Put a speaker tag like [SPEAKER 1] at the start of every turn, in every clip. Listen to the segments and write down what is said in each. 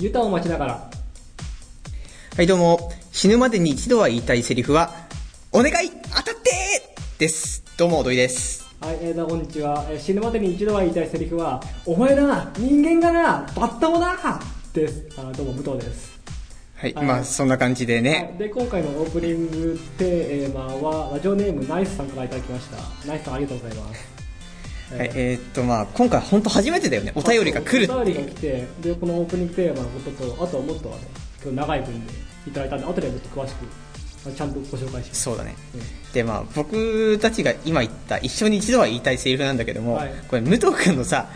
[SPEAKER 1] ユタを待ちながら。
[SPEAKER 2] はい、どうも。死ぬまでに一度は言いたいセリフは、お願い当たってです。どうも、土井です。
[SPEAKER 1] はい、えー、どうもこんにちは。えー死ぬまでに一度は言いたいセリフは、お前な、人間がな、バッタモだです。あどうも、武藤です。
[SPEAKER 2] はい、
[SPEAKER 1] はい
[SPEAKER 2] まあ、そんな感じで
[SPEAKER 1] は
[SPEAKER 2] ね。
[SPEAKER 1] い、で、今回のオープニングテーマは、ラジオネームナイスさんからいただきました。ナイスさん、ありがとうございます。
[SPEAKER 2] はい、えーっと、まあ、今回本当初めてだよね。お便りが来る
[SPEAKER 1] お
[SPEAKER 2] って
[SPEAKER 1] 便
[SPEAKER 2] い
[SPEAKER 1] り
[SPEAKER 2] う
[SPEAKER 1] が。来て、で、このオープニングテーマのことと、あとはもっとあの、今日長い文でいただいたんで、後でもっと詳しく、まあちゃんとご紹介します。
[SPEAKER 2] そうだね。
[SPEAKER 1] うん
[SPEAKER 2] で、まあ、僕たちが今言った、一生に一度は言いたいセリフなんだけども、
[SPEAKER 1] はい
[SPEAKER 2] これ、武藤君のさ、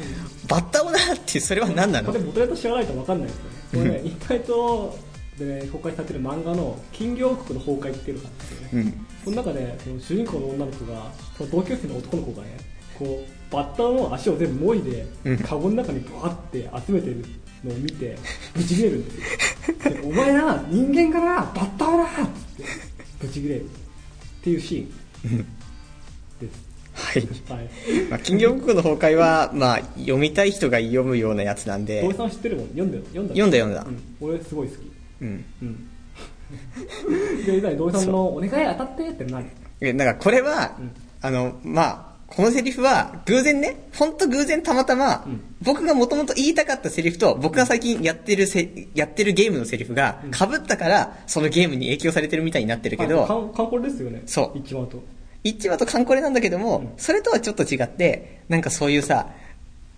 [SPEAKER 2] バッタオだって、それは何なの
[SPEAKER 1] これ元ネタ知らないと分かんないですよねこれね一回とでね公開されてる漫画の「金魚王国の崩壊」っていうのがあってね
[SPEAKER 2] うん。
[SPEAKER 1] その中でその主人公の女の子がその同級生の男の子がねこうバッタの足を全部もいで
[SPEAKER 2] うん
[SPEAKER 1] カゴの中にバーって集めてるのを見てブチギレるんですよで「お前な人間からバッタをな!」ってブチギレるっていうシーンです
[SPEAKER 2] はい。
[SPEAKER 1] はい
[SPEAKER 2] まあ、金魚王国の崩壊は、まあ、読みたい人が読むようなやつなんで
[SPEAKER 1] 土井、さん知ってるもん読んだよ読んだ
[SPEAKER 2] 読んだ読んだ
[SPEAKER 1] うん、俺すごい好き
[SPEAKER 2] うん。
[SPEAKER 1] うん。 で、何土井さんのお願い当たってって何
[SPEAKER 2] えなんかこれは、
[SPEAKER 1] うん
[SPEAKER 2] あの、まあ、このセリフは偶然ね、ほんと偶然たまたま、
[SPEAKER 1] うん
[SPEAKER 2] 僕がもともと言いたかったセリフと、僕が最近やってるせ、やってるゲームのセリフが
[SPEAKER 1] うん
[SPEAKER 2] 被ったから、そのゲームに影響されてるみたいになってるけ
[SPEAKER 1] あカ
[SPEAKER 2] ど、
[SPEAKER 1] ンカンコレですよね。
[SPEAKER 2] そう
[SPEAKER 1] 一番と。
[SPEAKER 2] 一話とカンコレなんだけども、
[SPEAKER 1] うん
[SPEAKER 2] それとはちょっと違って、なんかそういうさ、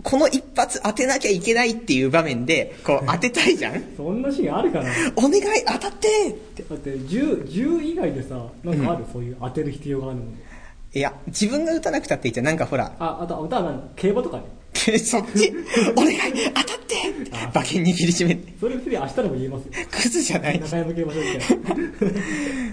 [SPEAKER 2] この一発当てなきゃいけないっていう場面で、こう当てた いじゃん
[SPEAKER 1] そんなシーンあるかなだ
[SPEAKER 2] お願い当たってって。
[SPEAKER 1] って10、10以外でさ、なんかある、そういう当てる必要があるの。
[SPEAKER 2] いや、自分が打たなくたっていいじゃん。なんかほら、
[SPEAKER 1] あ、あと、歌は何競馬とかね。
[SPEAKER 2] でそっち、お願い、当たって馬券握りしめて。
[SPEAKER 1] それ別に明日でも言えますよ。
[SPEAKER 2] クズじゃない
[SPEAKER 1] 中山競馬場みたいな。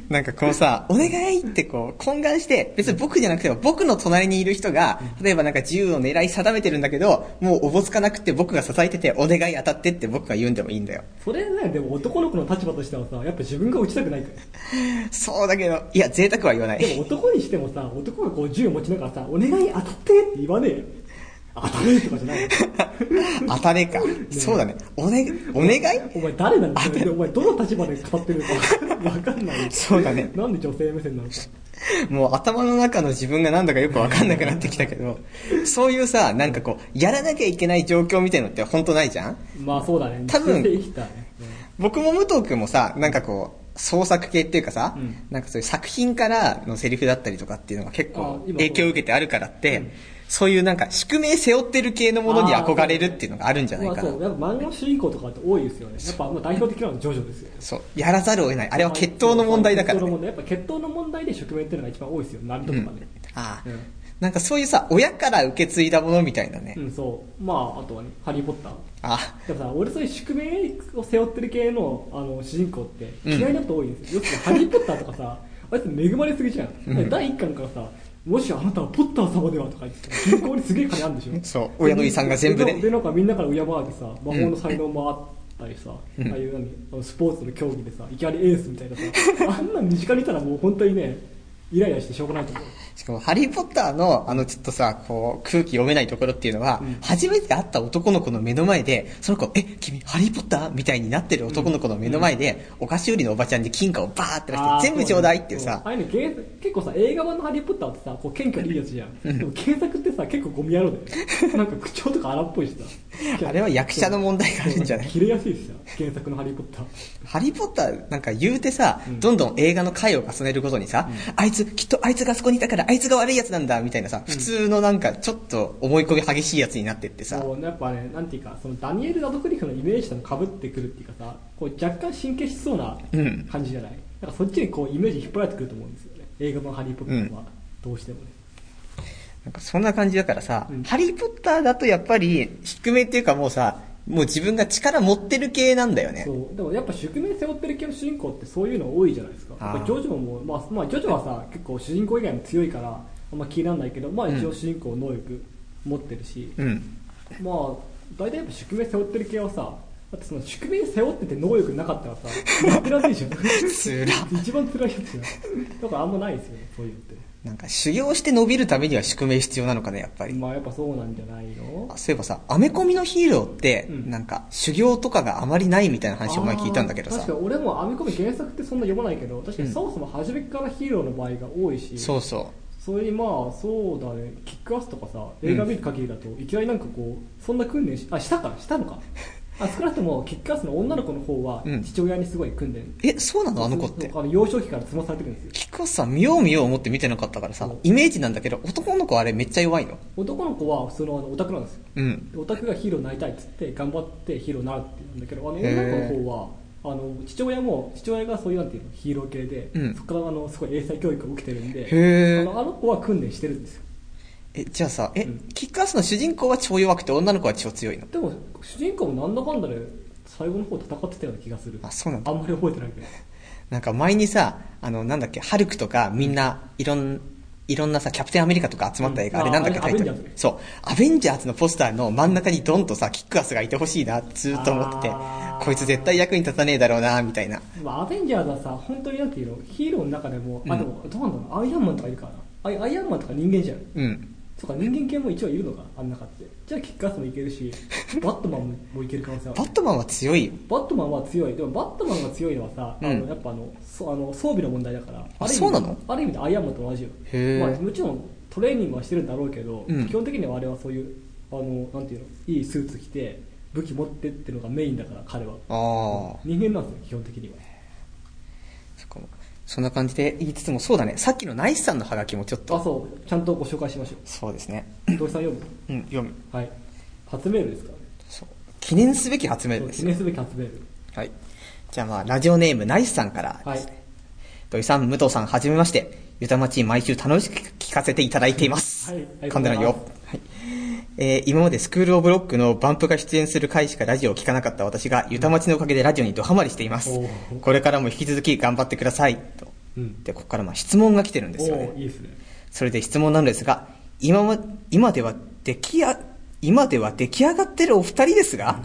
[SPEAKER 2] なんかこうさ、お願いってこう、懇願して、別に僕じゃなくても僕の隣にいる人が、例えばなんか銃を狙い定めてるんだけど、もうおぼつかなくて僕が支えてて、お願い当たってって僕が言うんでもいいんだよ。
[SPEAKER 1] それね、でも男の子の立場としてはさ、やっぱ自分が打ちたくないから。
[SPEAKER 2] そうだけど、いや、贅沢は言わな
[SPEAKER 1] で
[SPEAKER 2] い。
[SPEAKER 1] も男にしてもさ、男がこう銃持ちながらさ、お願い当たってって言わねえよ。当たれとかじゃない。
[SPEAKER 2] 当たれか。そうだね。おね、お願い
[SPEAKER 1] お前誰なんだよ。お前どの立場で語ってるのかわかんない。
[SPEAKER 2] そうだね。
[SPEAKER 1] なんで女性目線なのか。
[SPEAKER 2] もう頭の中の自分がなんだかよくわかんなくなってきたけど、そういうさ、なんかこう、やらなきゃいけない状況みたいのって本当ないじゃん
[SPEAKER 1] まあそうだね。
[SPEAKER 2] 多分
[SPEAKER 1] 人生生きたね。
[SPEAKER 2] 僕も武藤君もさなんかこう創作系っていうかさ、
[SPEAKER 1] うん
[SPEAKER 2] なんかそういう作品からのセリフだったりとかっていうのが結
[SPEAKER 1] あ
[SPEAKER 2] 構
[SPEAKER 1] 今
[SPEAKER 2] 影響を受けてあるからって、
[SPEAKER 1] うん
[SPEAKER 2] そういうなんか宿命背負ってる系のものに憧れるっていうのがあるんじゃないかな
[SPEAKER 1] まあそう、やっぱ漫画の主人公とかって多いですよね。やっぱもう代表的なのはジョジョですよね。
[SPEAKER 2] そうやらざるを得ないあれは決闘の問題だから、
[SPEAKER 1] 決闘の
[SPEAKER 2] ね、
[SPEAKER 1] 問題やっぱ決闘の問題で職名っていうのが一番多いですよ。ナルトとかね。
[SPEAKER 2] あ
[SPEAKER 1] う
[SPEAKER 2] あ、
[SPEAKER 1] ん
[SPEAKER 2] なんかそういうさ親から受け継いだものみたいなね、
[SPEAKER 1] うん、そう。まあ、あとはね、ハリーポッター。
[SPEAKER 2] あ
[SPEAKER 1] だからさ、俺そういう宿命を背負ってる系のあの主人公って
[SPEAKER 2] うん
[SPEAKER 1] 嫌いなこと多いんですよ。要するにハリー・ポッターとかさ、 あいつ恵まれすぎじゃん。
[SPEAKER 2] うん。
[SPEAKER 1] 第1巻からさ、もしあなたはポッター様ではとか言って、銀行にすげえ金あるんでしょ
[SPEAKER 2] そう親の遺産が全部ね
[SPEAKER 1] で、なんかみんなから敬われてさ、魔法の才能もあったりさ、
[SPEAKER 2] うん
[SPEAKER 1] ああいう何あのスポーツの競技でさ、いきなりエースみたいなさ、あんなん身近にいたらもう本当にね、イライラしてしょうがないと思う。
[SPEAKER 2] しかも「ハリー・ポッターの」あのちょっとさこう空気読めないところっていうのは、
[SPEAKER 1] うん
[SPEAKER 2] 初めて会った男の子の目の前でその子「え君ハリー・ポッター?」みたいになってる男の子の目の前で、お菓子売りのおばちゃんに金貨をバーって出して全部ちょうだいっていうさ
[SPEAKER 1] ああいうのゲー結構さ映画版の「ハリー・ポッター」ってさこう謙虚でいいやつじゃんでも検索ってさ結構ゴミ野郎だよ ねなんか口調とか荒っぽいしさ
[SPEAKER 2] あれは役者の問題があるんじゃない
[SPEAKER 1] 切れやすいしさ原作の「ハリー・ポッター」
[SPEAKER 2] ハリー・ポッターなんか言うてさ、
[SPEAKER 1] うん
[SPEAKER 2] どんどん映画の回を重ねるごとにさ、あいつ、きっとあいつがあそこにいたから、あいつが悪いやつなんだ、みたいなさ、普通のなんか、ちょっと思い込み激しいやつになってってさ、
[SPEAKER 1] もうやっぱねなんていうかそのダニエル・ラドクリフのイメージともかぶってくるっていうかさこう若干神経しそうな
[SPEAKER 2] うん
[SPEAKER 1] 感じじゃない、なんかそっちにこうイメージ引っ張られてくると思うんですよね映画版の「ハリー・ポッター」はどうしてもね、
[SPEAKER 2] なんかそんな感じだからさ、
[SPEAKER 1] うん
[SPEAKER 2] ハリー・ポッターだとやっぱり、低めっていうかもうさ、もう自分が力持ってる系なんだよね。
[SPEAKER 1] そうでもやっぱ宿命背負ってる系の主人公ってそういうの多いじゃないですか
[SPEAKER 2] あー
[SPEAKER 1] やっぱジョジョもまあ、まあ、ジョジョはさ結構主人公以外も強いからあんま気にならないけど、まあ、一応主人公能力持ってるし、
[SPEAKER 2] うん。
[SPEAKER 1] まあ大体やっぱ宿命背負ってる系はさだってその宿命背負ってて能力なかったらさ、やってらんないじゃん。
[SPEAKER 2] つら。
[SPEAKER 1] 一番辛いやつじゃん。だからあんまないですよね、そういうのっ
[SPEAKER 2] なんか修行して伸びるためには宿命必要なのかね、やっぱ
[SPEAKER 1] て。
[SPEAKER 2] り。
[SPEAKER 1] まあやっぱそうなんじゃないの
[SPEAKER 2] あそういえばさ、アメコミのヒーローって、
[SPEAKER 1] うん
[SPEAKER 2] なんか修行とかがあまりないみたいな話を前聞いたんだけど
[SPEAKER 1] あー
[SPEAKER 2] さ
[SPEAKER 1] 確。かに俺もアメコミ原作ってそんな読まないけど、確かにそもそも初めからヒーローの場合が多いし、
[SPEAKER 2] そうそ
[SPEAKER 1] それにまあそうだねキックアスとかさ映画見る限りだと、いきなりなんかこうそんな訓練しあしたかしたの かあ少なくともキックアスの女の子の方は
[SPEAKER 2] うん
[SPEAKER 1] 父親にすごい訓練、
[SPEAKER 2] う。え、そうなのあの子って
[SPEAKER 1] そう。あの幼少期から積まされてるんですよ
[SPEAKER 2] キクさん見よう見よう思って見てなかったからさ
[SPEAKER 1] そう、
[SPEAKER 2] イメージなんだけど、男の子あれめっちゃ弱いの。
[SPEAKER 1] 男の子はそのあのオタクなんですよ
[SPEAKER 2] うん。
[SPEAKER 1] でオタクがヒーローになりたいっつって頑張ってヒーローになるって言うんだけどあの
[SPEAKER 2] へー
[SPEAKER 1] 女の子の方はあの父親も父親がそういうなんていうのヒーロー系で、
[SPEAKER 2] うん
[SPEAKER 1] そこからあのすごい英才教育を受けてるんで
[SPEAKER 2] へー
[SPEAKER 1] あのあの子は訓練してるんですよ
[SPEAKER 2] え、じゃあさ、え、
[SPEAKER 1] うん
[SPEAKER 2] キックアスの主人公は超弱くて女の子は超強いの
[SPEAKER 1] でも主人公もなんだかんだで最後の方戦ってたような気がする
[SPEAKER 2] あ、そうなん
[SPEAKER 1] あ
[SPEAKER 2] だ。
[SPEAKER 1] んまり覚えてないけど
[SPEAKER 2] なんか前にさ、あの、なんだっけ、ハルクとかみんないろん、いろんなさ、キャプテンアメリカとか集まった映画、
[SPEAKER 1] うん
[SPEAKER 2] あれなんだっけ、
[SPEAKER 1] あ
[SPEAKER 2] タイト
[SPEAKER 1] アベンジャー
[SPEAKER 2] ル
[SPEAKER 1] ズ。
[SPEAKER 2] そう。アベンジャーズのポスターの真ん中にドンとさ、キックアスがいてほしいな、ずーっと思ってて
[SPEAKER 1] あ、ー
[SPEAKER 2] こいつ絶対役に立たねえだろうな、みたいな。
[SPEAKER 1] まあ、アベンジャーズはさ本当になんていうのヒーローの中でも、
[SPEAKER 2] う
[SPEAKER 1] あ
[SPEAKER 2] ん
[SPEAKER 1] でもどうなんだろうアイアンマンとかいるからアイアイアンマンとか人間じゃん
[SPEAKER 2] うん。
[SPEAKER 1] そうか人間系も一応いるのかあん中ってじゃあキックアスもいけるしバットマンももいける可能性ある
[SPEAKER 2] バットマンは強いよ。
[SPEAKER 1] バットマンは強いでもバットマンが強いのはさ、あ
[SPEAKER 2] うん
[SPEAKER 1] のやっぱあのそあの装備の問題だからある意味
[SPEAKER 2] そうなの
[SPEAKER 1] ある意味でアイアンマンと同じよ
[SPEAKER 2] へー
[SPEAKER 1] まあ、もちろんトレーニングはしてるんだろうけど、
[SPEAKER 2] うん
[SPEAKER 1] 基本的にはあれはそういうあのなんていうのいいスーツ着て武器持ってってのがメインだから彼は
[SPEAKER 2] ああ。
[SPEAKER 1] 人間なんですよ基本的には
[SPEAKER 2] そっかそんな感じで言いつつも、そうだね、さっきのナイスさんのハガキもちょっと。
[SPEAKER 1] あそうちゃんとご紹介しましょ
[SPEAKER 2] そうですね。
[SPEAKER 1] う土井さん読む
[SPEAKER 2] うん、読む。
[SPEAKER 1] はい初メールですからね
[SPEAKER 2] そう。記念すべき発明
[SPEAKER 1] そう
[SPEAKER 2] です
[SPEAKER 1] 記
[SPEAKER 2] よ
[SPEAKER 1] 念。すべき初メール
[SPEAKER 2] はい。じゃあまあ、ラジオネームナイスさんから
[SPEAKER 1] は
[SPEAKER 2] で
[SPEAKER 1] い
[SPEAKER 2] すね。土井さん、武藤さん、はじめまして。ゆたまち毎週楽しく聞かせていただいています。
[SPEAKER 1] はい
[SPEAKER 2] 噛んでないよ。はい。えー今までスクールオブロックのバンプが出演する回しかラジオを聞かなかった私が、ゆたまちのおかげでラジオにドハマりしています
[SPEAKER 1] おー。
[SPEAKER 2] これからも引き続き頑張ってください。と。
[SPEAKER 1] うん
[SPEAKER 2] で、ここからまあ質問が来てるんで
[SPEAKER 1] お
[SPEAKER 2] すよね。
[SPEAKER 1] おーいいですね
[SPEAKER 2] それで質問なのですが、今ま、今では出来や、今では出来上がってるお二人ですが、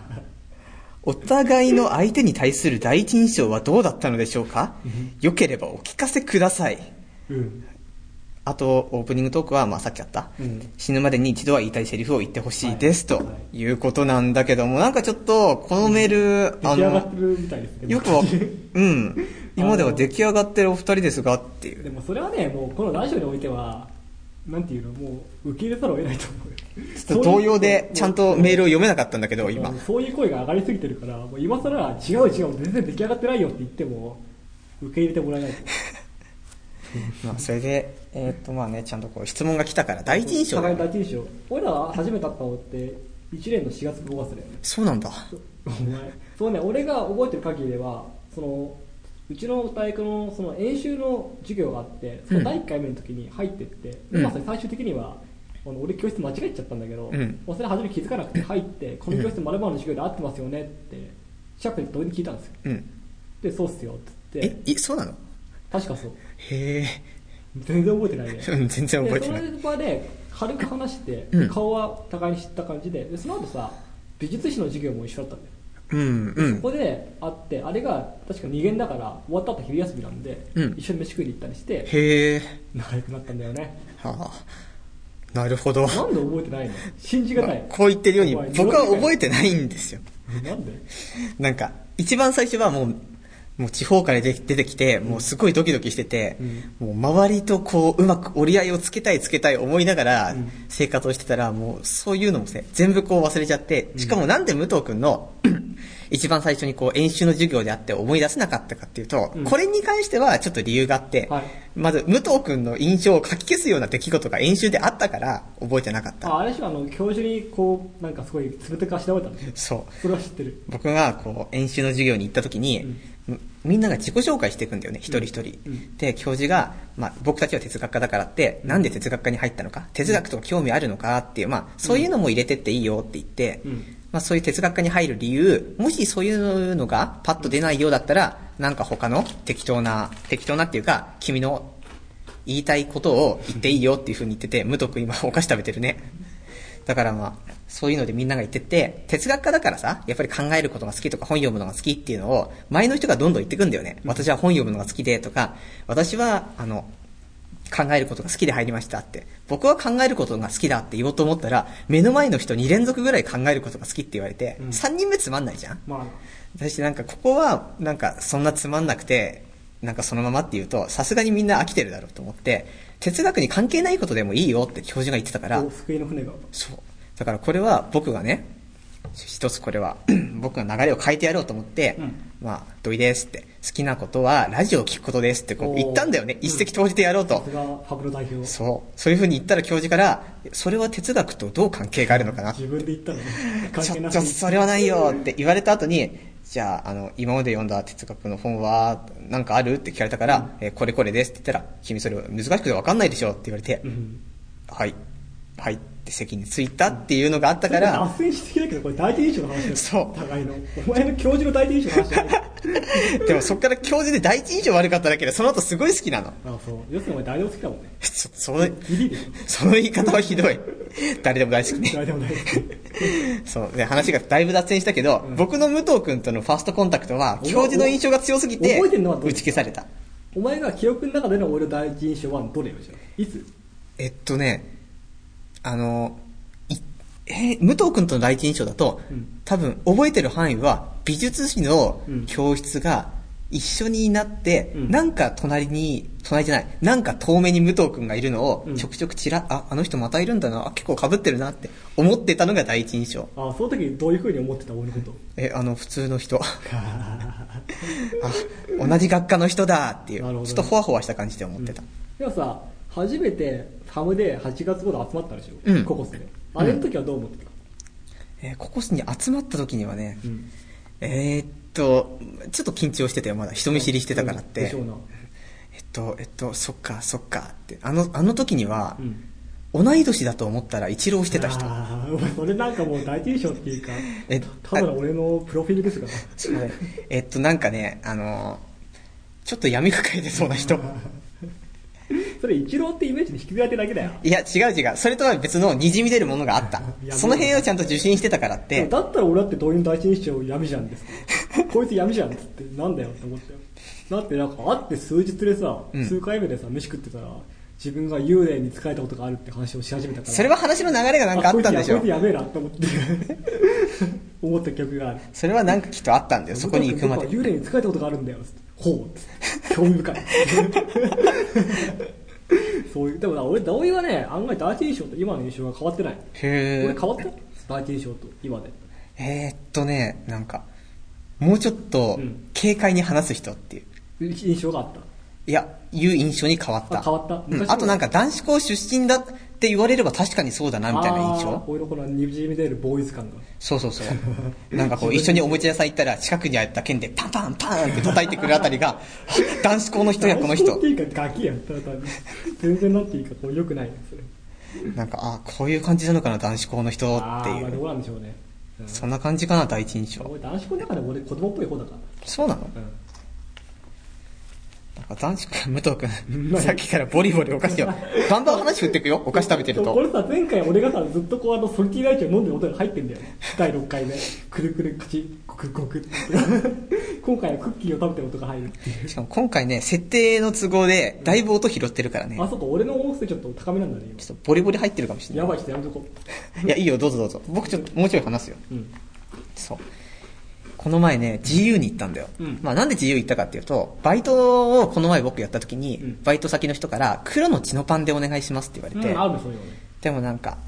[SPEAKER 2] お互いの相手に対する第一印象はどうだったのでしょうか良ければお聞かせください。
[SPEAKER 1] うん
[SPEAKER 2] あと、オープニングトークは、まあ、さっきあった、
[SPEAKER 1] うん
[SPEAKER 2] 死ぬまでに一度は言いたいセリフを言ってほしいです、
[SPEAKER 1] はい
[SPEAKER 2] ということなんだけども、なんかちょっと、このメー
[SPEAKER 1] 出
[SPEAKER 2] ル、
[SPEAKER 1] 来上がってるみたいですね
[SPEAKER 2] よくわ、うん、今までは出来上がってるお二人ですが、っていう
[SPEAKER 1] で。もそれはねもうこのラジオにおいてはなんていうのもう受け入れざるを得ないと思う
[SPEAKER 2] ちょっと同様で、ちゃんとメールを読めなかったんだけど、
[SPEAKER 1] そういう
[SPEAKER 2] 今
[SPEAKER 1] うん。そういう声が上がりすぎてるからもう今更は違う違う全然出来上がってないよって言っても受け入れてもらえない
[SPEAKER 2] まあ、それで、えーっと、まあね、ちゃんとこう、質問が来たから、第一印象
[SPEAKER 1] 互いの第一印象俺らは初めて会ったのって1年の4月5月だよね
[SPEAKER 2] そうなんだ。
[SPEAKER 1] お前そうね俺が覚えてる限りではそのうちの大学のその演習の授業があってその第1回目の時に入ってって、
[SPEAKER 2] うん
[SPEAKER 1] まあそれ最終的にはあの俺教室間違えちゃったんだけど、
[SPEAKER 2] うん
[SPEAKER 1] まあそれ初め気づかなくて入ってこの教室まるの授業で合ってますよねってシャープに同に聞いたんですよ
[SPEAKER 2] うん。
[SPEAKER 1] でそうっすよって言っ
[SPEAKER 2] え
[SPEAKER 1] て、
[SPEAKER 2] いそうなの
[SPEAKER 1] 確かそう
[SPEAKER 2] へえ。
[SPEAKER 1] 全然覚えて ないね
[SPEAKER 2] うん全然覚えてない
[SPEAKER 1] でその場で軽く話して
[SPEAKER 2] うん
[SPEAKER 1] 顔は互いに知った感じででその後さ美術史の授業も一緒だったんだよ
[SPEAKER 2] うん、う
[SPEAKER 1] そ
[SPEAKER 2] ん。
[SPEAKER 1] こで会ってあれが確か2限だから終わった後昼休みなんで、
[SPEAKER 2] うん
[SPEAKER 1] 一緒に飯食いに行ったりして
[SPEAKER 2] へえ。
[SPEAKER 1] 仲良くなったんだよね
[SPEAKER 2] はあ。なるほど。
[SPEAKER 1] なんで覚えてないの信じが
[SPEAKER 2] ま
[SPEAKER 1] た
[SPEAKER 2] あ
[SPEAKER 1] い、
[SPEAKER 2] こう言ってるように
[SPEAKER 1] お前、
[SPEAKER 2] 僕は覚え
[SPEAKER 1] て
[SPEAKER 2] てないんですよ。
[SPEAKER 1] なんで
[SPEAKER 2] なんか、一番最初はもう、もう地方から出て出てきて、もうすごいドキドキしてて、もう周りとこう、うまく折り合いをつけたいつけたい思いながら
[SPEAKER 1] うん
[SPEAKER 2] 生活をしてたら、もうそういうのもね、全部こう忘れちゃって、しかもなんで武藤くんの、 一番最初にこう演習の授業であって思い出せなかったかっていうと、
[SPEAKER 1] うん
[SPEAKER 2] これに関してはちょっと理由があって、
[SPEAKER 1] はい
[SPEAKER 2] まず武藤くんの印象をかき消すような出来事が演習であったから覚えてなかった。
[SPEAKER 1] ああれでしょあの教授にこうなんかすごい冷たくあしらわれたの
[SPEAKER 2] そう。
[SPEAKER 1] それは知ってる
[SPEAKER 2] 僕がこう演習の授業に行った時に、みみんなが自己紹介していくんだよね一人一人、
[SPEAKER 1] うん
[SPEAKER 2] で教授が、まあ、僕たちは哲学科だからって、なんで哲学科に入ったのか哲学とか興味あるのかっていう、まあ、そういうのも入れてっていいよって言って、
[SPEAKER 1] うん
[SPEAKER 2] まあ、そういう哲学科に入る理由もしそういうのがパッと出ないようだったら、なんか他の適当な適当なっていうか君の言いたいことを言っていいよっていうふうに言ってて、武藤君今お菓子食べてるね。だからまあ、そういうのでみんなが言ってって、哲学家だからさ、やっぱり考えることが好きとか本読むのが好きっていうのを、前の人がどんどん言ってくんだよね。私は本読むのが好きでとか、私は、あの、考えることが好きで入りましたって。僕は考えることが好きだって言おうと思ったら、目の前の人2連続ぐらい考えることが好きって言われて、
[SPEAKER 1] うん
[SPEAKER 2] 3人目つまんないじゃん
[SPEAKER 1] まあ、
[SPEAKER 2] だしなんかここはなんかそんなつまんなくてなんかそのままっていうとさすがにみんな飽きてるだろうと思って哲学に関係ないことでもいいよって教授が言ってたから
[SPEAKER 1] お救いの船が。
[SPEAKER 2] そうだからこれは僕がね一つこれは 僕が流れを変えてやろうと思って、
[SPEAKER 1] うん
[SPEAKER 2] まあ「土井です」って「好きなことはラジオを聞くことです」ってこ
[SPEAKER 1] お
[SPEAKER 2] う
[SPEAKER 1] ー
[SPEAKER 2] 言ったんだよね一石投じてやろうと
[SPEAKER 1] さ、すが、ハブロ代表。
[SPEAKER 2] そうそういうふうに言ったら教授からそれは哲学とどう関係があるのかな
[SPEAKER 1] 自分で言ったのね。
[SPEAKER 2] ちょっ
[SPEAKER 1] な
[SPEAKER 2] とそれはないよって言われた後に、じゃあ、あの、今まで読んだ哲学の本は、なんかあるって聞かれたから、えーこれこれですって言ったら、君それ難しくてわかんないでしょって言われて、
[SPEAKER 1] うん。
[SPEAKER 2] はい、はいって席に着いたっていうのがあったか
[SPEAKER 1] ちょっ
[SPEAKER 2] ら、
[SPEAKER 1] と脱線しすぎだけど、これ大体印象の話だよ。
[SPEAKER 2] そう
[SPEAKER 1] 互いの。お前の教授の大体印象の話だよ。
[SPEAKER 2] でもそっから教授で第一印象悪かっただけで、その後すごい好きなの。
[SPEAKER 1] ああ、そう。要するにお前誰でも好きだもんね。
[SPEAKER 2] そその、
[SPEAKER 1] ギリでしょ。
[SPEAKER 2] その言い方はひどい。誰でも大好きね。
[SPEAKER 1] 誰でもない。
[SPEAKER 2] そう。で、話がだいぶ脱線したけど、
[SPEAKER 1] うん
[SPEAKER 2] 僕の武藤君とのファーストコンタクトは、
[SPEAKER 1] お
[SPEAKER 2] 教授の印象が強すぎて、
[SPEAKER 1] 覚えてんのはどう
[SPEAKER 2] 打ち消された。
[SPEAKER 1] お前が記憶の中での俺の第一印象はどれよ、じゃあ。いつ
[SPEAKER 2] えっとね、あの、いえー武藤君との第一印象だと、
[SPEAKER 1] うん
[SPEAKER 2] 多分覚えてる範囲は美術史の
[SPEAKER 1] うん
[SPEAKER 2] 教室が一緒になって、
[SPEAKER 1] うん
[SPEAKER 2] なんか隣に、隣じゃない、なんか遠目に武藤君がいるのを
[SPEAKER 1] うん
[SPEAKER 2] ちょくちょくちら、あ、あの人またいるんだな、あ結構被ってるなって思ってたのが第一印象。
[SPEAKER 1] ああ、その時どういう風に思ってた俺の こと。
[SPEAKER 2] え、あの、普通の人。 あ、同じ学科の人だってい
[SPEAKER 1] なるほど
[SPEAKER 2] う、
[SPEAKER 1] ね
[SPEAKER 2] ちょっとほわほわした感じで思ってた。
[SPEAKER 1] でもさ、初めてハムで8月頃集まったでしょ、
[SPEAKER 2] うん
[SPEAKER 1] ココスで。あれの時はどう思ってた、
[SPEAKER 2] えーココスに集まった時にはね、
[SPEAKER 1] うん
[SPEAKER 2] えーっと、ちょっと緊張してたよ、まだ。人見知りしてたからっ
[SPEAKER 1] で
[SPEAKER 2] て
[SPEAKER 1] し。ょうな。
[SPEAKER 2] えっと、えっと、そっか、そっかって。あの、あの時には
[SPEAKER 1] う、ん。
[SPEAKER 2] 同い年だと思ったら一浪してた人。
[SPEAKER 1] あーお前それなんかもう第一印象って いうか、
[SPEAKER 2] え
[SPEAKER 1] ただの俺のプロフィールですが。
[SPEAKER 2] はいえっと、なんかね、あのー、ちょっと闇抱えてそうな 人。
[SPEAKER 1] それ一郎ってイメージに引きずられてるだけだよ。
[SPEAKER 2] いや、違う違う。それとは別の滲み出るものがあった
[SPEAKER 1] 闇。
[SPEAKER 2] その辺をちゃんと受信してたからっ
[SPEAKER 1] でも
[SPEAKER 2] て。
[SPEAKER 1] だったら俺だってどういう第一印象闇じゃんですこいつ闇じゃんっつってなんだよって思ったよだってなんか会って数日でさ、
[SPEAKER 2] うん
[SPEAKER 1] 数回目でさ飯食ってたら自分が幽霊に疲れたことがあるって話をし始めたから
[SPEAKER 2] それは話の流れがなんかあったんでし
[SPEAKER 1] こい
[SPEAKER 2] ょ
[SPEAKER 1] つ。やべえなと思って思った記憶がある
[SPEAKER 2] それはなんかきっとあったんだよ、そこに行くまで
[SPEAKER 1] 僕。は幽霊に疲れたことがあるんだよっつってほうっつって興味深い そういうでもな俺同意はね案外第一印象と今の印象が変わってない
[SPEAKER 2] へ
[SPEAKER 1] 俺
[SPEAKER 2] ー
[SPEAKER 1] 変わった第一印象と今で
[SPEAKER 2] えーっとね、なんか、もうちょっと
[SPEAKER 1] うん、
[SPEAKER 2] 軽快に話す人っていう。
[SPEAKER 1] 印象があった
[SPEAKER 2] いや、いう印象に変わった。
[SPEAKER 1] あ変わった
[SPEAKER 2] うん
[SPEAKER 1] 昔の
[SPEAKER 2] あとなんか男子校出身だって言われれば確かにそうだな、みたいな印
[SPEAKER 1] あー
[SPEAKER 2] 象
[SPEAKER 1] 俺のこのにじみ出るボーイズ感が
[SPEAKER 2] そうそうそう。なんかこう、一緒におもちゃ屋さん行ったら、近くにあった剣でパンパンパンって叩いてくるあた りが、あ男子校の人や、この
[SPEAKER 1] 男
[SPEAKER 2] 人
[SPEAKER 1] 子校。っていうかガキやんただ単に全然なっていいかこう良くないねそれ
[SPEAKER 2] なんか、あこういう感じなのかな、男子校の人
[SPEAKER 1] あ
[SPEAKER 2] って
[SPEAKER 1] ーまあ
[SPEAKER 2] い
[SPEAKER 1] ど
[SPEAKER 2] う。
[SPEAKER 1] うなんでしょうね、うん
[SPEAKER 2] そんな感じかな、第一印象。
[SPEAKER 1] 俺男子校の中でも俺子供っぽい方だか
[SPEAKER 2] そうなの
[SPEAKER 1] ら、うん
[SPEAKER 2] なんか男子校、武藤君
[SPEAKER 1] 何
[SPEAKER 2] さっきからボリボリお菓子を、バンバン話振っていくよ、お菓子食べてると
[SPEAKER 1] こ。れさ、前回俺がさ、ずっとこう、あの、ソルティライチを飲んでる音が入ってんだよ。第6回目。くるくる口、コクコクって。 今回はクッキーを食べてる音が入るっていう。
[SPEAKER 2] しかも今回ね、設定の都合で、だいぶ音拾ってるからね。
[SPEAKER 1] あ、そこ俺の音声ちょっと高めなんだね、
[SPEAKER 2] ちょっとボリボリ入ってるかもしれ
[SPEAKER 1] 今。や
[SPEAKER 2] ない。
[SPEAKER 1] ばい人やめとこ
[SPEAKER 2] いや、いいよ、どうぞどうぞ。僕ちょっと、もうちょい話すよ。
[SPEAKER 1] う。うん。
[SPEAKER 2] そう。この前ね、GU に行ったんだよ。
[SPEAKER 1] うん
[SPEAKER 2] まあなんで GU 行ったかっていうと、バイトをこの前僕やった時に、
[SPEAKER 1] うん
[SPEAKER 2] バイト先の人から、黒の血のパンでお願いしますって言われて、
[SPEAKER 1] うん、あるそういうのね。
[SPEAKER 2] でもなんか、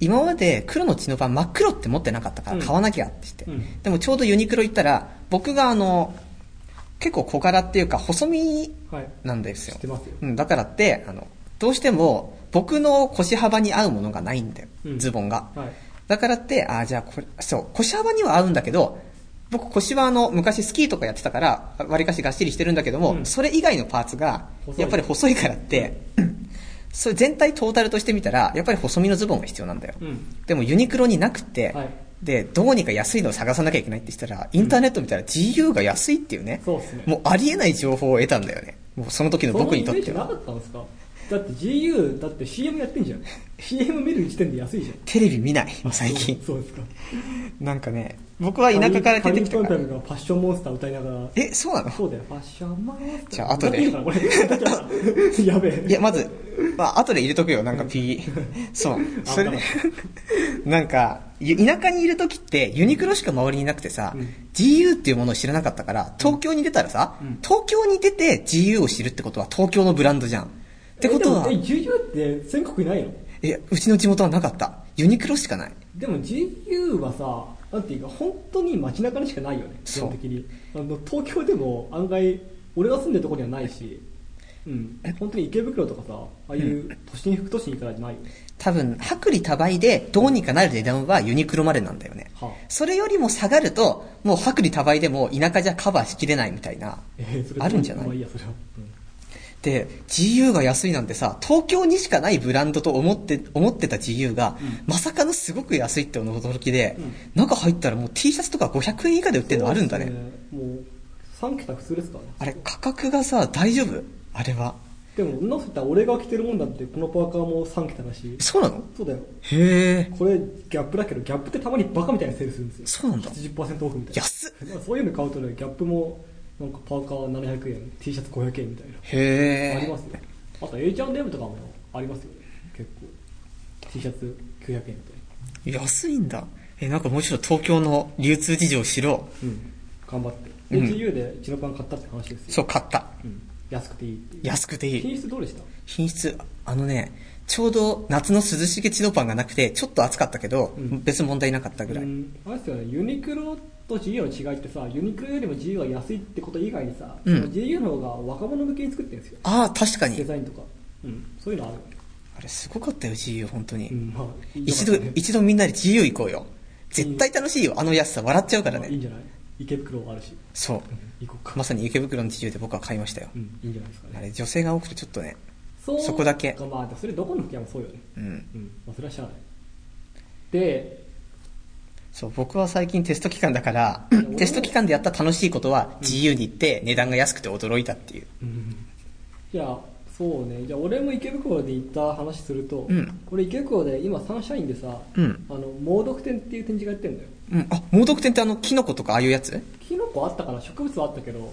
[SPEAKER 2] 今まで黒の血のパン真っ黒って持ってなかったから
[SPEAKER 1] うん
[SPEAKER 2] 買わなきゃってして、
[SPEAKER 1] うん
[SPEAKER 2] でもちょうどユニクロ行ったら、僕があの、結構小柄っていうか細身
[SPEAKER 1] はい。
[SPEAKER 2] なんですよ
[SPEAKER 1] 知っ。てますよ。
[SPEAKER 2] うん、だからって、あの、どうしても僕の腰幅に合うものがないんだよ、
[SPEAKER 1] うん
[SPEAKER 2] ズボンが。
[SPEAKER 1] はい。
[SPEAKER 2] だからって、あーじゃあこれ、そう、腰幅には合うんだけど、僕腰はあの、昔スキーとかやってたから、わりかしがっしりしてるんだけども、
[SPEAKER 1] うん
[SPEAKER 2] それ以外のパーツが、
[SPEAKER 1] 細い
[SPEAKER 2] やっぱり細いからって、それ全体トータルとしてみたら、やっぱり細身のズボンが必要なんだよ。
[SPEAKER 1] うん。
[SPEAKER 2] でもユニクロになくて、
[SPEAKER 1] はい
[SPEAKER 2] で、どうにか安いのを探さなきゃいけないってしたら、インターネット見たら GU が安いっていうね、
[SPEAKER 1] そうっすね
[SPEAKER 2] もうありえない情報を得たんだよね。もうその時の僕にとって
[SPEAKER 1] そんな
[SPEAKER 2] は
[SPEAKER 1] イメージな。かったんですかだって GU だって CM やってんじゃん CM 見る時点で安いじゃん
[SPEAKER 2] テレビ見ない、もう最近。
[SPEAKER 1] そうそうですか
[SPEAKER 2] なんかね、僕は田舎から出てきた
[SPEAKER 1] カ
[SPEAKER 2] か
[SPEAKER 1] リ
[SPEAKER 2] ら
[SPEAKER 1] ー。パンパンがファッションモンスター歌いながら
[SPEAKER 2] え、そうなの
[SPEAKER 1] そうだよファッションモンスター
[SPEAKER 2] じゃあ後で
[SPEAKER 1] 歌ってんのかなこ れやべえ
[SPEAKER 2] いや、まず、まあ、後で入れとくよ、なんか P。そう。
[SPEAKER 1] あ
[SPEAKER 2] それで、 なんか、ゆ田舎にいる時って、ユニクロしか周りにいなくてさ、
[SPEAKER 1] うん
[SPEAKER 2] GU っていうものを知らなかったから、東京に出たらさ、
[SPEAKER 1] うん
[SPEAKER 2] 東京に出て GU を知るってことは東京のブランドじゃん。ってことは
[SPEAKER 1] え、でもえ GU って全国いないの
[SPEAKER 2] え、うちの地元はなかった。ユニクロしかない。
[SPEAKER 1] でも GU はさなんていうか本当に街中にしかないよね基
[SPEAKER 2] そう
[SPEAKER 1] 本的にあの東京でも案外俺が住んでるとこにはないしうん本当に池袋とかさああいう都心副都心からじゃないよね
[SPEAKER 2] 多分、薄利多売でどうにかなる値段はユニクロまでなんだよね。
[SPEAKER 1] はあ
[SPEAKER 2] それよりも下がると、もう薄利多売でも田舎じゃカバーしきれないみたいな。
[SPEAKER 1] えーそれ
[SPEAKER 2] あるんじゃない
[SPEAKER 1] まあいいやそれは、うん
[SPEAKER 2] で、GU が安いなんてさ、東京にしかないブランドと思って、思ってた GU が、まさかのすごく安いって驚きで、中入ったらもう T シャツとか500円以下で売ってるのあるんだね。
[SPEAKER 1] そうですねもう3桁普通ですからね
[SPEAKER 2] あれ、価格がさ、大丈夫あれは。
[SPEAKER 1] でも女の人って俺が着てるもんだってこのパーカーも3桁だし
[SPEAKER 2] そうなの
[SPEAKER 1] そうだよ
[SPEAKER 2] へえ。
[SPEAKER 1] これギャップだけどギャップってたまにバカみたいなセールするんですよ
[SPEAKER 2] そうなんだ。
[SPEAKER 1] 80%オフみたいな
[SPEAKER 2] 安っ
[SPEAKER 1] まあそういうの買うとねギャップもなんかパーカー700円 T シャツ500円みたいな、
[SPEAKER 2] へ
[SPEAKER 1] ありま
[SPEAKER 2] え
[SPEAKER 1] す。よあと H&M とかもありますよね結構 T シャツ900円みたいな
[SPEAKER 2] 安いんだ。え、なんかむしろ東京の流通事情を知ろう。
[SPEAKER 1] うん頑張って
[SPEAKER 2] うん
[SPEAKER 1] HU でチノパン買ったって話ですよ、
[SPEAKER 2] そう、買った。
[SPEAKER 1] うん、安くていいっていう
[SPEAKER 2] 安くていい。
[SPEAKER 1] 品質どうでした
[SPEAKER 2] 品質、あのね、ちょうど夏の涼しげチノパンがなくて、ちょっと暑かったけど、
[SPEAKER 1] うん
[SPEAKER 2] 別に問題なかったぐらい。
[SPEAKER 1] うん、あれですよねユニクロと GU の違いってさユニクロよりも GU は安いってこと以外にさ、
[SPEAKER 2] うん
[SPEAKER 1] その GU の方が若者向けに作ってるんですよ
[SPEAKER 2] ああ、確か
[SPEAKER 1] デ
[SPEAKER 2] に。
[SPEAKER 1] ザインとか、うん、そういうのあるよね、
[SPEAKER 2] あれ、すごかったよ、GU、本当に。
[SPEAKER 1] うんまあ、
[SPEAKER 2] 一度、一度みんなで GU 行こうよ。絶対楽しいよ、あの安さ。笑っちゃうから
[SPEAKER 1] いいん
[SPEAKER 2] ね。
[SPEAKER 1] じゃない池袋あるし
[SPEAKER 2] そう。
[SPEAKER 1] 行こうか
[SPEAKER 2] まさに池袋の GU で僕は買いましたよ
[SPEAKER 1] う。んいいんじゃないですか
[SPEAKER 2] あ
[SPEAKER 1] ね
[SPEAKER 2] れ、女性が多くてちょっとね。
[SPEAKER 1] そ
[SPEAKER 2] そこだけ
[SPEAKER 1] まあそれどこの服屋もそうよね
[SPEAKER 2] うん。
[SPEAKER 1] うん、まあ、それはしゃあないで
[SPEAKER 2] そう、僕は最近テスト期間だから
[SPEAKER 1] 俺も、
[SPEAKER 2] テスト期間でやった楽しいことは GU に行って値段が安くて驚いたっていう。
[SPEAKER 1] うんじゃあそうねじゃあ俺も池袋で行った話すると、
[SPEAKER 2] うん
[SPEAKER 1] 俺池袋で今サンシャインでさ、
[SPEAKER 2] うん
[SPEAKER 1] あの猛毒展っていう展示がやってんだよ
[SPEAKER 2] うん。あ、猛毒店ってあの、キノコとかああいうやつ
[SPEAKER 1] キノコあったかな植物はあったけど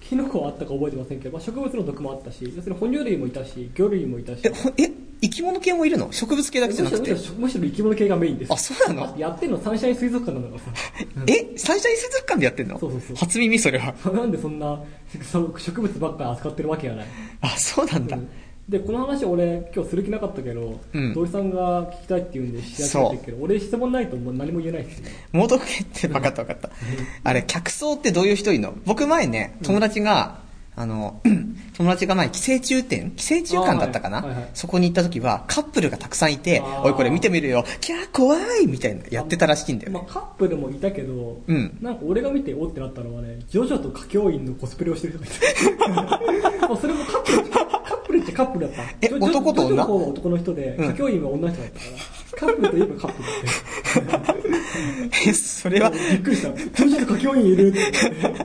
[SPEAKER 1] キノコはあったか覚えてませんけど、まあ、植物の毒もあったし要するに哺乳類もいたし魚類もいたし
[SPEAKER 2] え、ほえ、生き物系もいるの植物系だけじゃなくて
[SPEAKER 1] む。しろむしろ生き物系がメインです
[SPEAKER 2] あ、そうなの
[SPEAKER 1] やってんのサンシャイン水族館なんだからさ
[SPEAKER 2] え、サンシャイン水族館でやってんの
[SPEAKER 1] そうそうそう
[SPEAKER 2] 初耳それは。
[SPEAKER 1] なんでそんなそ植物ばっかり扱ってるわけがない、
[SPEAKER 2] あ、そうなんだ。
[SPEAKER 1] でこの話俺今日する気なかったけど、
[SPEAKER 2] うん
[SPEAKER 1] 土井さんが聞きたいって言うんで仕上げてるけど俺質問ないともう何も言えないですよ
[SPEAKER 2] 猛毒系って分かった分かった。あれ、客層ってどういう人いるの僕前ね、友達が、あの、 友達が前、寄生虫店寄生虫館だったか
[SPEAKER 1] あーはいはいは
[SPEAKER 2] ないそこに行った時は、カップルがたくさんいて
[SPEAKER 1] あー、
[SPEAKER 2] おいこれ見てみるよ、キャー怖いみたいな、やってたらしいんだよ
[SPEAKER 1] まあ
[SPEAKER 2] ね。、
[SPEAKER 1] カップルもいたけど、
[SPEAKER 2] うん
[SPEAKER 1] なんか俺が見ておってなったのはねジョジョと歌教員のコスプレをしてる人がい たもうそれもカップルカップルっちゃカップルだった
[SPEAKER 2] え
[SPEAKER 1] ジョ
[SPEAKER 2] 男と女
[SPEAKER 1] ジョジョの方は男の人で
[SPEAKER 2] うん
[SPEAKER 1] 歌教員は女の人だったか ら、カップルといえばカップルって
[SPEAKER 2] え、 それは、
[SPEAKER 1] びっくりした。ジョジョと歌教員いるって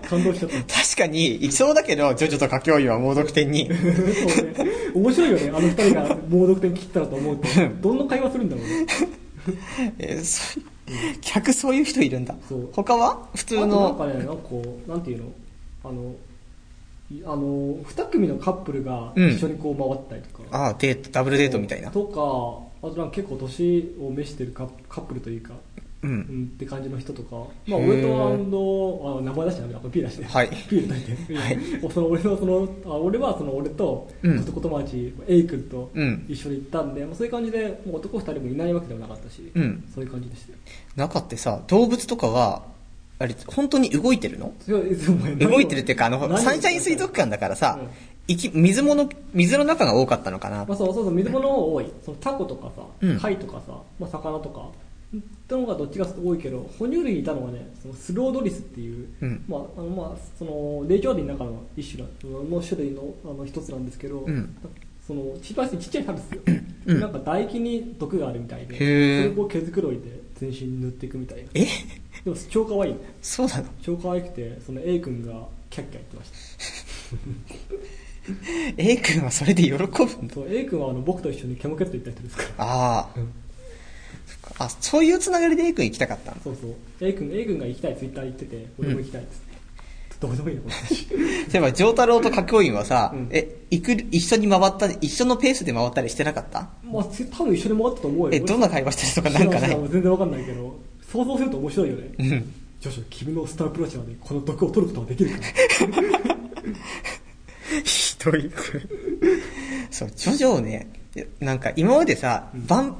[SPEAKER 1] 感動しちゃった。
[SPEAKER 2] 確かに、いそうだけど、ジョジョと歌教員は猛毒店に。
[SPEAKER 1] そうね。面白いよね。あの二人が猛毒点切ったらと思うと。どんな会話するんだろうね。
[SPEAKER 2] えーそういう客そういう人いるんだ
[SPEAKER 1] そう
[SPEAKER 2] 他は普通
[SPEAKER 1] あと
[SPEAKER 2] の
[SPEAKER 1] なんかね、なんかこう、なんていうのあの、いあの、二組のカップルが一緒にこう回ったりとか。
[SPEAKER 2] ああデートダブルデートみたいな
[SPEAKER 1] とか、あとなんか結構年を召してるカップカップルというか、う
[SPEAKER 2] う
[SPEAKER 1] んん、って感じの人とか、まあ、
[SPEAKER 2] へー
[SPEAKER 1] 俺とアンド、あ名前出してダメだ、これ P 出して。
[SPEAKER 2] はい
[SPEAKER 1] ピール炊いて、おその俺のそのあ俺はその俺と
[SPEAKER 2] うん
[SPEAKER 1] 男友達、エイ君と
[SPEAKER 2] うん
[SPEAKER 1] 一緒に行ったんで、まあ、そういう感じでもう男二人もいないわけでもなかったし、
[SPEAKER 2] うん
[SPEAKER 1] そういう感じでしたよ
[SPEAKER 2] 中ってさ動物とかはあれ本当に動いてるの
[SPEAKER 1] それはいつもね
[SPEAKER 2] 動いてるっていうかあの
[SPEAKER 1] 何を
[SPEAKER 2] サンシャイン水族館だからさ
[SPEAKER 1] うん
[SPEAKER 2] いき水物水の中が多かったのかな
[SPEAKER 1] まあ、そうそうそう水物の多いそのタコとかさ、
[SPEAKER 2] うん
[SPEAKER 1] 貝とかさ、まあ、魚とかってのがどっちが多いけど哺乳類にいたのはねそのスロードリスっていう、
[SPEAKER 2] うん
[SPEAKER 1] まああのまあ、その霊長類の中の一種なの種類のあの一つなんですけど、
[SPEAKER 2] うん
[SPEAKER 1] そのちっちゃいちっちゃい猿ですよ、
[SPEAKER 2] うん
[SPEAKER 1] なんか唾液に毒があるみたいで
[SPEAKER 2] へー
[SPEAKER 1] それをこう毛づくろいで全身に塗っていくみたいな
[SPEAKER 2] え
[SPEAKER 1] でも超可愛い
[SPEAKER 2] そうなの
[SPEAKER 1] 超可愛くてその A 君がキャッキャ言ってました
[SPEAKER 2] A 君はそれで喜ぶんだ。
[SPEAKER 1] そう A 君はあの僕と一緒にケモケット行った人ですから
[SPEAKER 2] ああ
[SPEAKER 1] うん。
[SPEAKER 2] そっかあ、そういうつながりで A 君行きたかったんだ。
[SPEAKER 1] そうそう A 君 A 君が行きたいツイッター行ってて俺も行きたいっつって、どうでもいいよこの話
[SPEAKER 2] そういえば、上太郎と角院はさ、
[SPEAKER 1] うん
[SPEAKER 2] え、行く、一緒に回った、一緒のペースで回ったりしてなかった
[SPEAKER 1] まあつ多分一緒に回ったと思うよ
[SPEAKER 2] え、どんな会話してるとかなんかない
[SPEAKER 1] 知ら知ら全然わかんないけど想像すると面白いよね
[SPEAKER 2] うん。
[SPEAKER 1] ジョシュ君のスタープラチナでこの毒を取ることができるか
[SPEAKER 2] ひどい、これ。そう、ジョジョをね、なんか今までさ、バン、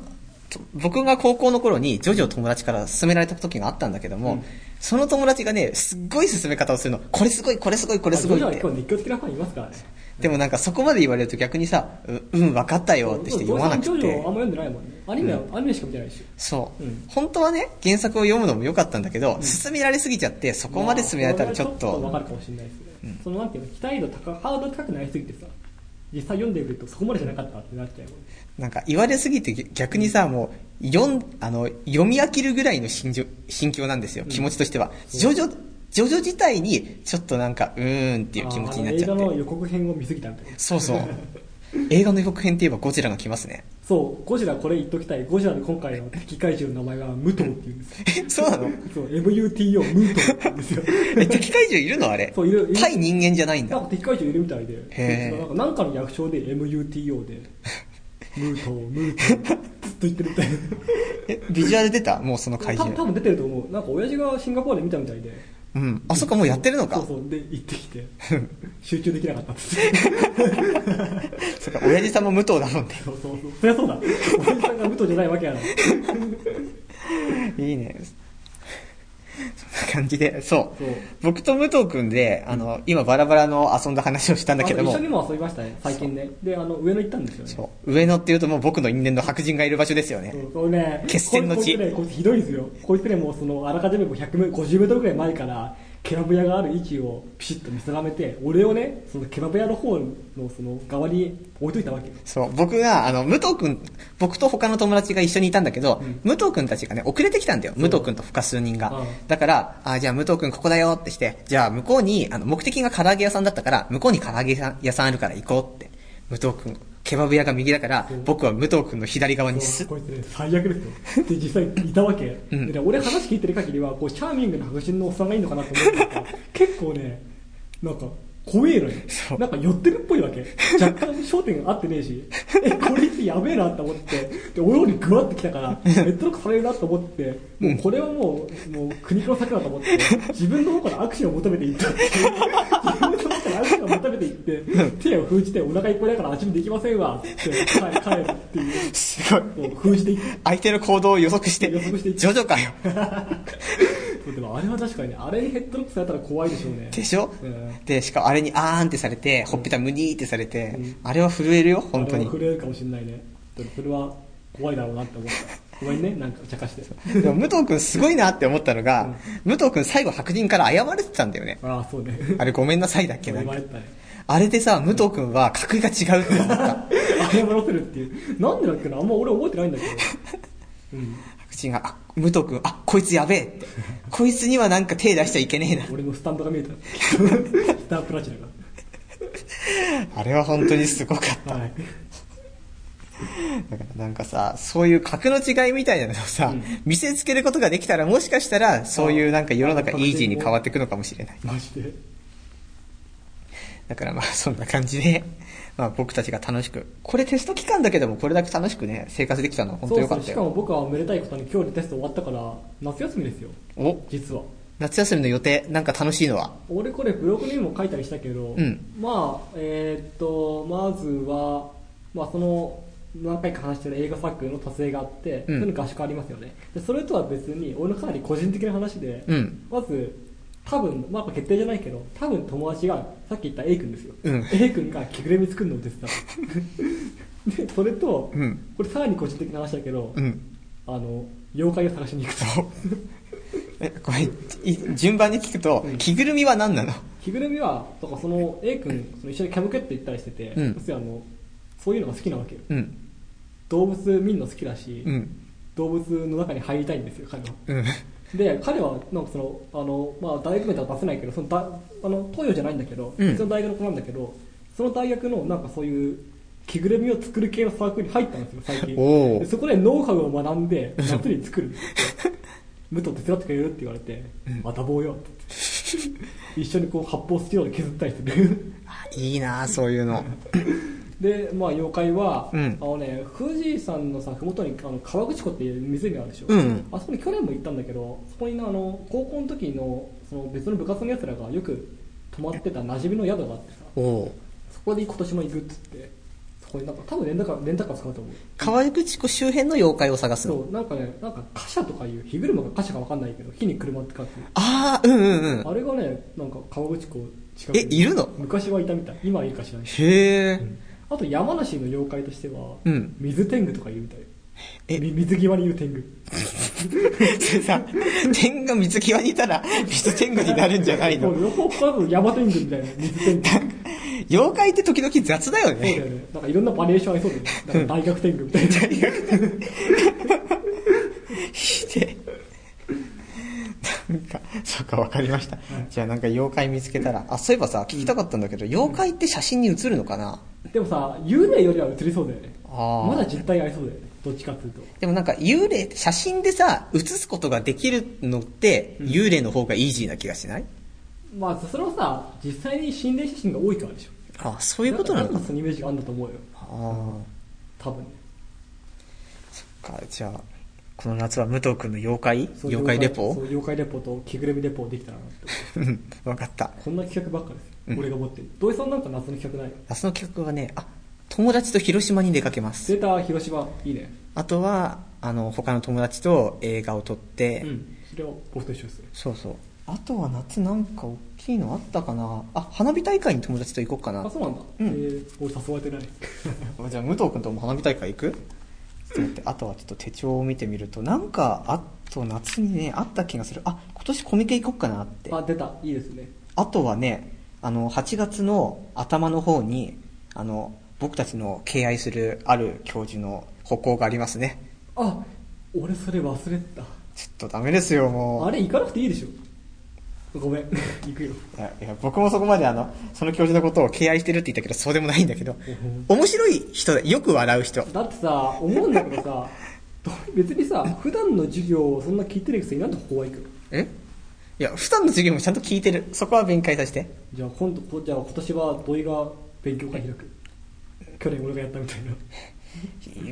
[SPEAKER 2] と僕が高校の頃にジョジョを友達から勧められた時があったんだけども、
[SPEAKER 1] うん
[SPEAKER 2] その友達がね、すっごい勧め方をするの。これすごい、これすごい、 これ
[SPEAKER 1] ら
[SPEAKER 2] すごい
[SPEAKER 1] ジョ
[SPEAKER 2] っ
[SPEAKER 1] シ
[SPEAKER 2] て
[SPEAKER 1] ュは。結構熱狂的なファンいますからね
[SPEAKER 2] でもなんかそこまで言われると逆にさ、ううん、分かったよってして読まな
[SPEAKER 1] ジョ
[SPEAKER 2] く
[SPEAKER 1] ジョあんま読
[SPEAKER 2] て。
[SPEAKER 1] んでないもんねアニメは、アニメしか見てないし
[SPEAKER 2] そう、
[SPEAKER 1] うん
[SPEAKER 2] 本当はね、原作を読むのも良かったんだけど、勧められすぎちゃって、そこまで勧められたらちょっ
[SPEAKER 1] まあそれはちょっとわか
[SPEAKER 2] と、
[SPEAKER 1] るかもしれないですね、そのなんていうの期待度高ハードル高くなりすぎてさ実際読んでみるとそこまでじゃなかったってなっちゃうもんね
[SPEAKER 2] なんか言われすぎて逆にさ、もう、読ん、あの、読み飽きるぐらいの心情、心境なんですよ、気持ちとしては。ジョジョ、ジョジョ自体に、ちょっとなんか、うーんっていう気持ちになっちゃ
[SPEAKER 1] あーあの映画
[SPEAKER 2] っ
[SPEAKER 1] の
[SPEAKER 2] て。
[SPEAKER 1] 予告編を見すぎたみたいな
[SPEAKER 2] そ うそう。映画の予告編って言えばゴジラが来ますね。
[SPEAKER 1] そうゴジラこれ言っときたいゴジラの今回の敵怪獣の名前はムトウっていうんですよ
[SPEAKER 2] え、そうなの
[SPEAKER 1] そう MUTO ムトウって言うんですよ
[SPEAKER 2] え、敵怪獣いるのあれ。
[SPEAKER 1] そういるいる
[SPEAKER 2] 対人間じゃないん
[SPEAKER 1] なん
[SPEAKER 2] だ
[SPEAKER 1] か。敵怪獣いるみたいで
[SPEAKER 2] へー
[SPEAKER 1] なんかなんかの略称で MUTO でムトウムトウずっと言ってるみたいな
[SPEAKER 2] え、ビジュアル出たもうその怪
[SPEAKER 1] 多分多分
[SPEAKER 2] 獣。
[SPEAKER 1] 出てると思うなんか親父がシンガポールで見たみたいで
[SPEAKER 2] うん。あ、そっか、もうやってるのか。
[SPEAKER 1] そうそうで行ってきて集中できなかったっつって
[SPEAKER 2] そっか、親父さんも武藤だもんね。
[SPEAKER 1] そうそうそうそりゃそうだ親父さんが武藤じゃないわけやろ
[SPEAKER 2] いいね。そんな感じで、そ
[SPEAKER 1] そ
[SPEAKER 2] う。
[SPEAKER 1] う
[SPEAKER 2] 僕と武藤くんで、あの、今バラバラの遊んだ話をしたんだけど
[SPEAKER 1] あ
[SPEAKER 2] も
[SPEAKER 1] 一緒に、も遊びましたね最近ねであの上野行ったんですよね
[SPEAKER 2] そう上野っていうともう僕の因縁の白人がいる場所ですよ
[SPEAKER 1] そ
[SPEAKER 2] ね。
[SPEAKER 1] うそうね、
[SPEAKER 2] 決戦の地
[SPEAKER 1] こいつこいつねこいつひどいですよこいつねもうそのあらかじめもう100メ50メートルぐらい前からケバブ屋がある位置をピシッと見定めて俺をねそのケバブ屋の方のその側に置いといたわけ
[SPEAKER 2] そう、僕が、あの、武藤くん、僕と他の友達が一緒にいたんだけど、
[SPEAKER 1] うん
[SPEAKER 2] 武藤くんたちがね、遅れてきたんだよ。武藤くんと他数人が。
[SPEAKER 1] うん
[SPEAKER 2] だから、あ、じゃあ武藤くんここだよってして、じゃあ向こうに、あの、目的が唐揚げ屋さんだったから、向こうに唐揚げ屋さんあるから行こうって。武藤くん、ケバブ屋が右だから
[SPEAKER 1] そう、
[SPEAKER 2] 僕は武藤くんの左側に
[SPEAKER 1] そ
[SPEAKER 2] す
[SPEAKER 1] うこいつね最悪ですよ で実際いたわけ、
[SPEAKER 2] うん
[SPEAKER 1] で俺話聞いてる限りはこうチャーミングな白人のおっさんがいいのかなと思って たら結構ねなんか怖えのよ
[SPEAKER 2] そう
[SPEAKER 1] なんか寄ってるっぽいわけ若干焦点が合ってねえし えこれやべえなと思ってでおよりグワってきたからネットロックされるなと思ってもうこれはもうもう苦肉の策だと思って自分の方からアクションを求めていったっていう自分の方からアクションを求めていって手を封じてお腹いっぱいだから味見できませんわって帰帰るっていう。
[SPEAKER 2] すごい。
[SPEAKER 1] もう封じていく
[SPEAKER 2] 相手の行動を予測して、
[SPEAKER 1] 予測していく
[SPEAKER 2] ジョジョかよ。
[SPEAKER 1] でもあれは確かにねあれにヘッドロックされたら怖いでしょうね
[SPEAKER 2] でしょ、
[SPEAKER 1] うん
[SPEAKER 2] で、しかもあれにあーんってされて、ほっぺたむにーってされて、
[SPEAKER 1] うん
[SPEAKER 2] あれは震えるよ、本当
[SPEAKER 1] あれは
[SPEAKER 2] に。
[SPEAKER 1] 震えるかもしれないねでもそれは怖いだろうなって思ったごめんねなんか茶化 して
[SPEAKER 2] でも武藤くんすごいなって思ったのが、武藤くん最後白人から謝れてたんだよね。
[SPEAKER 1] ああそうね
[SPEAKER 2] あれごめんなさいだっけ
[SPEAKER 1] 言
[SPEAKER 2] な
[SPEAKER 1] われ
[SPEAKER 2] んか
[SPEAKER 1] たね
[SPEAKER 2] あれでさ、武藤くんは格が違うって思っ
[SPEAKER 1] 謝
[SPEAKER 2] た。
[SPEAKER 1] らせるっていうなんでだっけなあんま俺覚えてないんだけどうん、
[SPEAKER 2] 白人が、あ、武藤くん、あ、こいつやべえって。こいつにはなんか手出しちゃいけねえな。
[SPEAKER 1] 俺のスタンドが 見えたスタープラチナ
[SPEAKER 2] あれは本当にすごかった。
[SPEAKER 1] がはい
[SPEAKER 2] だからなんかさ、そういう格の違いみたいなのをさ、
[SPEAKER 1] うん
[SPEAKER 2] 見せつけることができたら、もしかしたら、そういうなんか世の中イージーに変わっていくのかもしれない。
[SPEAKER 1] マジで
[SPEAKER 2] だからまあそんな感じで、 まあ僕たちが楽しく、これテスト期間だけでもこれだけ楽しくね、生活できたのは本当良か
[SPEAKER 1] そうそう
[SPEAKER 2] った
[SPEAKER 1] しか
[SPEAKER 2] よ。
[SPEAKER 1] も僕はめでたいことに今日でテスト終わったから夏休みですよ
[SPEAKER 2] お、
[SPEAKER 1] 実は
[SPEAKER 2] 夏休みの予定、なんか楽しいのは
[SPEAKER 1] 俺これブログにも書いたりしたけど、
[SPEAKER 2] うん
[SPEAKER 1] まあえーっとまずは、まあ、その何回か話してる映画作品の達成があって、
[SPEAKER 2] うん
[SPEAKER 1] それの合宿ありますよねでそれとは別に俺のかなり個人的な話で、
[SPEAKER 2] うん
[SPEAKER 1] まず多分、まあ、決定じゃないけど多分友達がさっき言った A 君ですよ、
[SPEAKER 2] うん
[SPEAKER 1] A 君が着ぐるみ作るのを手伝うでそれと、
[SPEAKER 2] うん
[SPEAKER 1] これさらに個人的な話だけど、
[SPEAKER 2] うん。
[SPEAKER 1] あの妖怪を探しに行くと
[SPEAKER 2] え、これ、い順番に聞くと、
[SPEAKER 1] うん
[SPEAKER 2] 着ぐるみは何なの
[SPEAKER 1] 着ぐるみはとかその A 君その一緒にキャムケット行ったりしてて、
[SPEAKER 2] うん
[SPEAKER 1] 要するにあのそういうのが好きなわけよ
[SPEAKER 2] うん。
[SPEAKER 1] 動物見るの好きだし、
[SPEAKER 2] うん。
[SPEAKER 1] 動物の中に入りたいんですよ彼は
[SPEAKER 2] うん。
[SPEAKER 1] で彼はなんかそのあの、まあ、大学名とは出せないけどそのだあの東洋じゃないんだけど、
[SPEAKER 2] うん
[SPEAKER 1] 別の大学の子なんだけどその大学のなんかそういう着ぐるみを作る系のサークルに入ったんですよ最近
[SPEAKER 2] おー
[SPEAKER 1] でそこでノウハウを学んで夏に作る 武藤手伝ってくれるって言われて「また棒よ」って言って一緒にこう発泡スチロール削ったりする
[SPEAKER 2] いいなあそういうの。
[SPEAKER 1] でまあ妖怪は、
[SPEAKER 2] うん
[SPEAKER 1] あのね富士山のさ麓にあの川口湖っていう湖があるでしょ、
[SPEAKER 2] うん
[SPEAKER 1] あそこに去年も行ったんだけどそこにねあの高校の時のその別の部活の奴らがよく泊まってた馴染みの宿があってさ
[SPEAKER 2] おおう。
[SPEAKER 1] そこで今年も行くっつってそこになんか多分レンタカーレンタカー使うと思う
[SPEAKER 2] 川口湖周辺の妖怪を探すの。
[SPEAKER 1] そうなんかねなんか貨車とかいう火車か貨車か分かんないけど火に車って書く
[SPEAKER 2] ああ、うんうんうん。
[SPEAKER 1] あれがねなんか川口湖近く
[SPEAKER 2] え、いるの
[SPEAKER 1] 昔はいたみたい今はいるか知らない
[SPEAKER 2] へえ。
[SPEAKER 1] あと山梨の妖怪としては、
[SPEAKER 2] うん
[SPEAKER 1] 水天狗とかいるみたい
[SPEAKER 2] え
[SPEAKER 1] み水際にいる天狗
[SPEAKER 2] それさ、天が水際にいたら、水天狗になるんじゃない
[SPEAKER 1] も
[SPEAKER 2] の
[SPEAKER 1] う両方からの山天狗みたい な水天狗そう
[SPEAKER 2] 妖怪って時々雑だよ
[SPEAKER 1] だよ
[SPEAKER 2] ね。
[SPEAKER 1] ねなんかいろんなバリエーションありそう だよねなんか大学天狗みたいな
[SPEAKER 2] ひでえなんか、そうか、わかりました。じゃあなんか妖怪見つけたら、あ、そういえばさ、聞きたかったんだけど、妖怪って写真に写るのかな
[SPEAKER 1] でもさ幽霊よりは映りそうだよね
[SPEAKER 2] あー
[SPEAKER 1] まだ実体ありそうだよねどっちかっていうと
[SPEAKER 2] でもなんか幽霊って写真でさ、写すことができるのって、
[SPEAKER 1] ん
[SPEAKER 2] 幽霊の方がイージーな気がしない
[SPEAKER 1] まあそれはさ実際に心霊写真が多いからでしょ
[SPEAKER 2] あ、そ
[SPEAKER 1] そう
[SPEAKER 2] いうことなのか
[SPEAKER 1] かそのイメージがあるんだと思うよ
[SPEAKER 2] あ
[SPEAKER 1] 多分ね
[SPEAKER 2] あ。か、じゃあ、この夏は武藤くんの妖怪
[SPEAKER 1] そう
[SPEAKER 2] 妖怪レ
[SPEAKER 1] そう
[SPEAKER 2] ポ
[SPEAKER 1] 妖怪レポと着ぐるみレポできたらなって
[SPEAKER 2] うん、 わかった。
[SPEAKER 1] こんな企画ばっかですよ、
[SPEAKER 2] うん
[SPEAKER 1] 俺が持ってる土井さんなんか夏の企画ない
[SPEAKER 2] 明日の企画はね、あ、友達と広島に出かけます。
[SPEAKER 1] データ広島いいね
[SPEAKER 2] あとは、あの、他の友達と映画を撮って、
[SPEAKER 1] うんそれを僕と一緒でする
[SPEAKER 2] そうそう。あとは夏なんか大きいのあったかなあ、花火大会に友達と行こうかな
[SPEAKER 1] あ。そうなんだ、
[SPEAKER 2] うん
[SPEAKER 1] えー、俺誘われてない
[SPEAKER 2] じゃあ、武藤君とも花火大会行くちょっと待って、あとはちょっと手帳を見てみると、なんか、あと夏にね、あった気がする。あ、今年コミケ行こうかなって。
[SPEAKER 1] あ
[SPEAKER 2] あ
[SPEAKER 1] 出たいいですね
[SPEAKER 2] とはね、あの、8月の頭の方に、あの、僕たちの敬愛するある教授の歩行がありますね。
[SPEAKER 1] あ俺それ忘れてた
[SPEAKER 2] ちょっとダメですよ、もう。
[SPEAKER 1] あれ行かなくていいでしょごめん 行くよ
[SPEAKER 2] いやいや僕もそこまであの、その教授のことを敬愛してるって言ったけど、そうでもないんだけど、面白い人だよく笑う人。
[SPEAKER 1] だってさ思うんだけどさど別にさ普段の授業をそんな聞いてるくせになんでここは行くの
[SPEAKER 2] えいや、普段の授業もちゃんと聞いてる。そこは弁解させて。
[SPEAKER 1] じゃあ今度こじゃあ今年は土井が勉強会開く去年俺がやったみたいな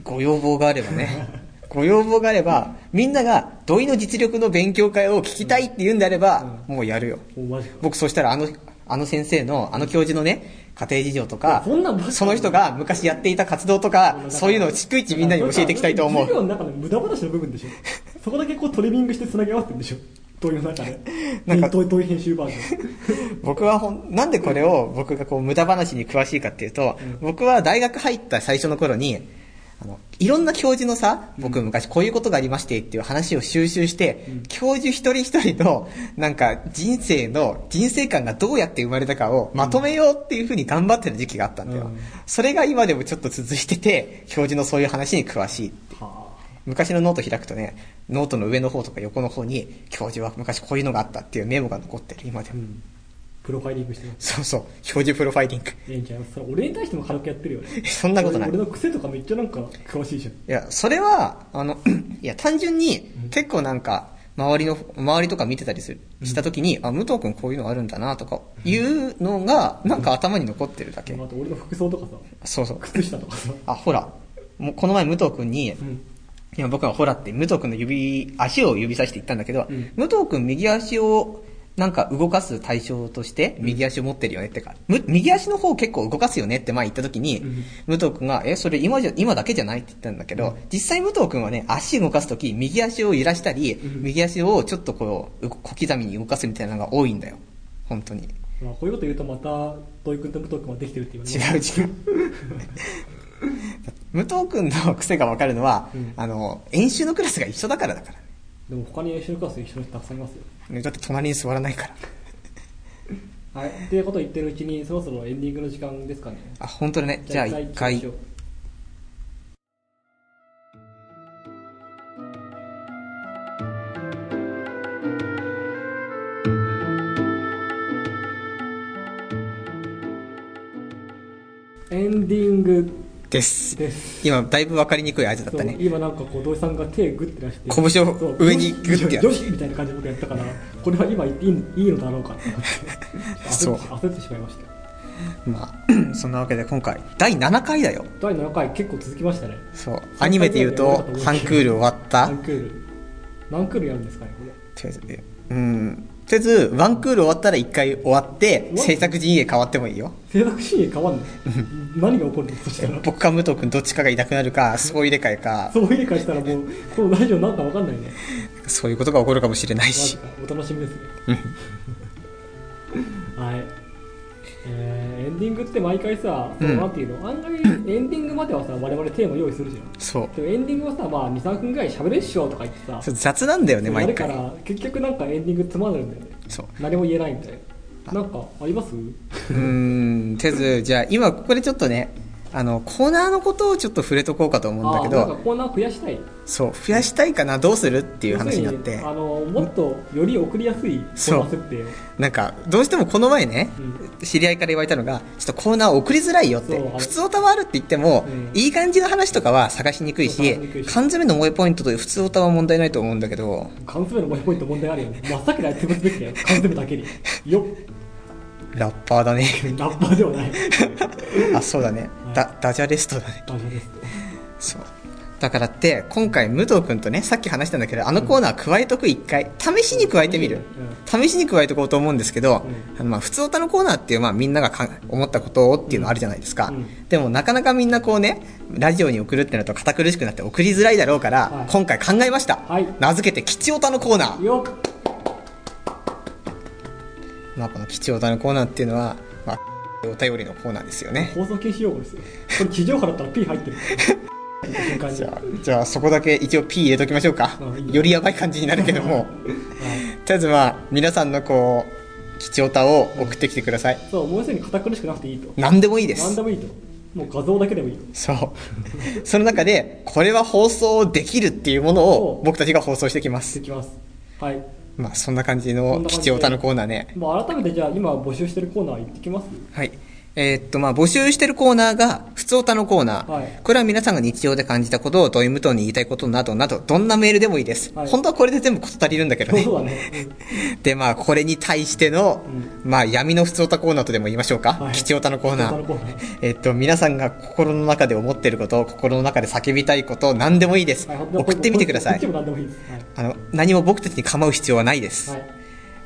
[SPEAKER 2] ご要望があればね。 ご要望があれば、みんなが土井の実力の勉強会を聞きたいって言うんであれば、もうやるよ。
[SPEAKER 1] もうマジか
[SPEAKER 2] 僕そしたらあの、あの先生の、あの教授のね、家庭事情とか
[SPEAKER 1] そんなんばっ、か
[SPEAKER 2] その人が昔やっていた活動とか、 そういうのを逐一みんなに教えていきたいと思う
[SPEAKER 1] 授。業の中の無駄話の部分で しょそこだけこうトリミングしてつなぎ合わせてるんでしょ問いの中で
[SPEAKER 2] なんか
[SPEAKER 1] 問い問い編集バージョン
[SPEAKER 2] 僕はほん、なんでこれを僕がこう無駄話に詳しいかっていうと、僕は大学入った最初の頃に、あの、いろんな教授のさ、僕昔こういうことがありましてっていう話を収集して、教授一人一人の、なんか人生の、人生観がどうやって生まれたかをまとめようっていうふうに頑張ってる時期があったんだよ。
[SPEAKER 1] うん
[SPEAKER 2] それが今でもちょっと続いてて、教授のそういう話に詳しい。
[SPEAKER 1] は
[SPEAKER 2] 昔のノート開くとね、ノートの上の方とか横の方に、教授は昔こういうのがあったっていうメモが残ってる、今で
[SPEAKER 1] あ、う
[SPEAKER 2] も。
[SPEAKER 1] ん、プロファイリングしてます
[SPEAKER 2] そうそう、表示プロファイリング。
[SPEAKER 1] ええんちゃいますそれ俺に対しても軽くやってるよね
[SPEAKER 2] そんなことない
[SPEAKER 1] 俺の癖とかめっちゃなんか詳しいじゃん
[SPEAKER 2] いや、それは、あの、 いや、単純に、結構なんか、周りの、周りとか見てたりする、したときに、あ、武藤くんこういうのあるんだな、とか、いうのが、なんか頭に残ってるだけ。
[SPEAKER 1] あと俺の服装とかさ
[SPEAKER 2] そうそう。
[SPEAKER 1] 靴下とかさ
[SPEAKER 2] あ、ほら。もう、この前武藤くんに
[SPEAKER 1] う、ん
[SPEAKER 2] 今僕はほらって、武藤くんの指、足を指さして言ったんだけど、
[SPEAKER 1] うん
[SPEAKER 2] 武藤くん右足を、なんか動かす対象として、右足を持ってるよねってか、む右足の方結構動かすよねって前言った時に、
[SPEAKER 1] うん
[SPEAKER 2] 武藤くんが、え、それ今じゃ、今だけじゃないって言ったんだけど、実際武藤くんはね、足動かす時、右足を揺らしたり、
[SPEAKER 1] うん
[SPEAKER 2] 右足をちょっとこう、う小刻みに動かすみたいなのが多いんだよ。本当に。
[SPEAKER 1] まあこういうこと言うとまた土井君と武藤君はできてるって言われる
[SPEAKER 2] 違う 違う武藤君の癖が分かるのは、
[SPEAKER 1] うん
[SPEAKER 2] あの演習のクラスが一緒だからだから
[SPEAKER 1] でも他に演習クラス一緒の人たくさんいますよ
[SPEAKER 2] ねだって隣に座らないから
[SPEAKER 1] はいっていうことを言ってるうちにそろそろエンディングの時間ですかね
[SPEAKER 2] あ本当だねじゃあ一回
[SPEAKER 1] 行きましょうエンディング
[SPEAKER 2] です。
[SPEAKER 1] です
[SPEAKER 2] 今、だいぶ分かりにくい合図だった
[SPEAKER 1] そう
[SPEAKER 2] ね。
[SPEAKER 1] 今なんかこう土井さんが手グッて出して
[SPEAKER 2] 拳を
[SPEAKER 1] そう
[SPEAKER 2] 上にグッてやる
[SPEAKER 1] よしよしみたいな感じで僕やったからこれは今言っていいいいのだろうかって
[SPEAKER 2] そう
[SPEAKER 1] 焦ってしまいました
[SPEAKER 2] まあ、 そんなわけで今回、第7回だよ。
[SPEAKER 1] 第7回結構続きましたね
[SPEAKER 2] そう。アニメで言うと、半クール終わった。
[SPEAKER 1] 何クール何クールやるんですかねこれ
[SPEAKER 2] とりあえず、うん。とりあえず、ワンクール終わったら一回終わって、
[SPEAKER 1] うん
[SPEAKER 2] 制作陣営変わってもいいよ。
[SPEAKER 1] 制作シーン変わんない何が起こるのそしたら
[SPEAKER 2] 僕か武藤君どっちかがいなくなるか、そう入れ替えか、
[SPEAKER 1] そういう理解したらもうこのラジオなんか分かんないね
[SPEAKER 2] そういうことが起こるかもしれない
[SPEAKER 1] マジ
[SPEAKER 2] し。
[SPEAKER 1] かお楽しみですねはいえーエンディングって毎回さ、そう
[SPEAKER 2] うん
[SPEAKER 1] なんていうの案外エンディングまではさ我々テーマ用意するじゃん
[SPEAKER 2] そう。
[SPEAKER 1] でもエンディングはさ、まあ、23分ぐらい喋れっしょとか言ってさ
[SPEAKER 2] そう雑なんだよね、
[SPEAKER 1] や
[SPEAKER 2] 毎
[SPEAKER 1] るか
[SPEAKER 2] 回。
[SPEAKER 1] ら結局なんかエンディングつまんないんだよね
[SPEAKER 2] そう。
[SPEAKER 1] 何も言えないんでなんかあります
[SPEAKER 2] うーん、てず、じゃあ今ここでちょっとね、あの、コーナーのことをちょっと触れとこうかと思うんだけ
[SPEAKER 1] あーなん
[SPEAKER 2] ど
[SPEAKER 1] か、コーナー増やしたいっ
[SPEAKER 2] そう、増やしたいかな、どうするって
[SPEAKER 1] て
[SPEAKER 2] いう話になって
[SPEAKER 1] あ、のもっとより送りやすいコーナー設定を
[SPEAKER 2] なんか、どうしてもこの前ね、
[SPEAKER 1] うん
[SPEAKER 2] 知り合いから言われたのが、ちょっとコーナー送りづらいよっ
[SPEAKER 1] そ
[SPEAKER 2] て
[SPEAKER 1] うあの、
[SPEAKER 2] 普通歌はあるって言っても、
[SPEAKER 1] うん
[SPEAKER 2] いい感じの話とかは探しにくい
[SPEAKER 1] そう
[SPEAKER 2] し
[SPEAKER 1] 探しにくい、し
[SPEAKER 2] 缶詰の萌えポイントと普通歌は問題ないと思うんだけど、
[SPEAKER 1] 缶詰の萌えポイント問題あるよね真っ先にあれ潰すべきだよ缶詰だけによっ
[SPEAKER 2] ラッパーだね。
[SPEAKER 1] ラッパーではない
[SPEAKER 2] あ、そうだね。だ、ダジャレストだね。
[SPEAKER 1] 大丈夫です
[SPEAKER 2] そう。だからって、今回武藤くんとね、さっき話したんだけど、あのコーナー加えとく一回、試しに加えてみる。試しに加えていこうと思うんですけど、
[SPEAKER 1] うん
[SPEAKER 2] あのまあ、普通歌のコーナーっていう、まあ、みんながか思ったことをっていうのあるじゃないですか、
[SPEAKER 1] うんうん
[SPEAKER 2] でもなかなかみんなこうねラジオに送るってなると堅苦しくなって送りづらいだろうから、
[SPEAKER 1] はい
[SPEAKER 2] 今回考えました、
[SPEAKER 1] はい
[SPEAKER 2] 名付けて「吉オタ」のコー
[SPEAKER 1] う
[SPEAKER 2] ナ
[SPEAKER 1] ん
[SPEAKER 2] ー、
[SPEAKER 1] よっ
[SPEAKER 2] まあ、この「吉オタ」のコーナーっていうのは、まあ、お便りのコーナーですよね
[SPEAKER 1] 放送禁止用語ですよこれ地上波だったら P 入ってる瞬間に
[SPEAKER 2] じゃあじゃあ そこだけ一応 P 入れときましょうか、
[SPEAKER 1] うんいいよ
[SPEAKER 2] よりやばい感じになるけども
[SPEAKER 1] はい
[SPEAKER 2] とりあえずまあ皆さんのこう吉オタを送ってきてください、
[SPEAKER 1] そうもう要するに堅苦しくなくていいと
[SPEAKER 2] 何でもいいです
[SPEAKER 1] 何でもいいともう画像だけでもいいと
[SPEAKER 2] そう。 その中で、これは放送できるっていうものを
[SPEAKER 1] そう
[SPEAKER 2] 僕たちが放送してきま
[SPEAKER 1] して
[SPEAKER 2] す。
[SPEAKER 1] きますはい
[SPEAKER 2] まあ、そんな感じ
[SPEAKER 1] そ
[SPEAKER 2] の
[SPEAKER 1] んな感じで
[SPEAKER 2] 吉オタのコーナーね。
[SPEAKER 1] もう改めてじゃあ今募集してるコーナー行ってき ます
[SPEAKER 2] はい。えーっと、まあ、募集してるコーナーが、普通オタのコーナー。
[SPEAKER 1] はい
[SPEAKER 2] これは皆さんが日常で感じたことを、問い無答に言いたいことなどなど、どんなメールでもいいです。
[SPEAKER 1] はい
[SPEAKER 2] 本当はこれで全部事足りるんだけどね
[SPEAKER 1] そう。だね、
[SPEAKER 2] で、まあ、これに対しての、まあ、闇の普通オタコーナーとでも言いましょうか。
[SPEAKER 1] はい
[SPEAKER 2] 吉オタのコーナ
[SPEAKER 1] 普通オタのコーナ
[SPEAKER 2] ー。えーっと、皆さんが心の中で思ってること、心の中で叫びたいこと、何でもいいです。
[SPEAKER 1] はい
[SPEAKER 2] 送ってみてください
[SPEAKER 1] こっち。も何でもいいですはい
[SPEAKER 2] あの、何も僕たちに構う必要はないです。
[SPEAKER 1] はい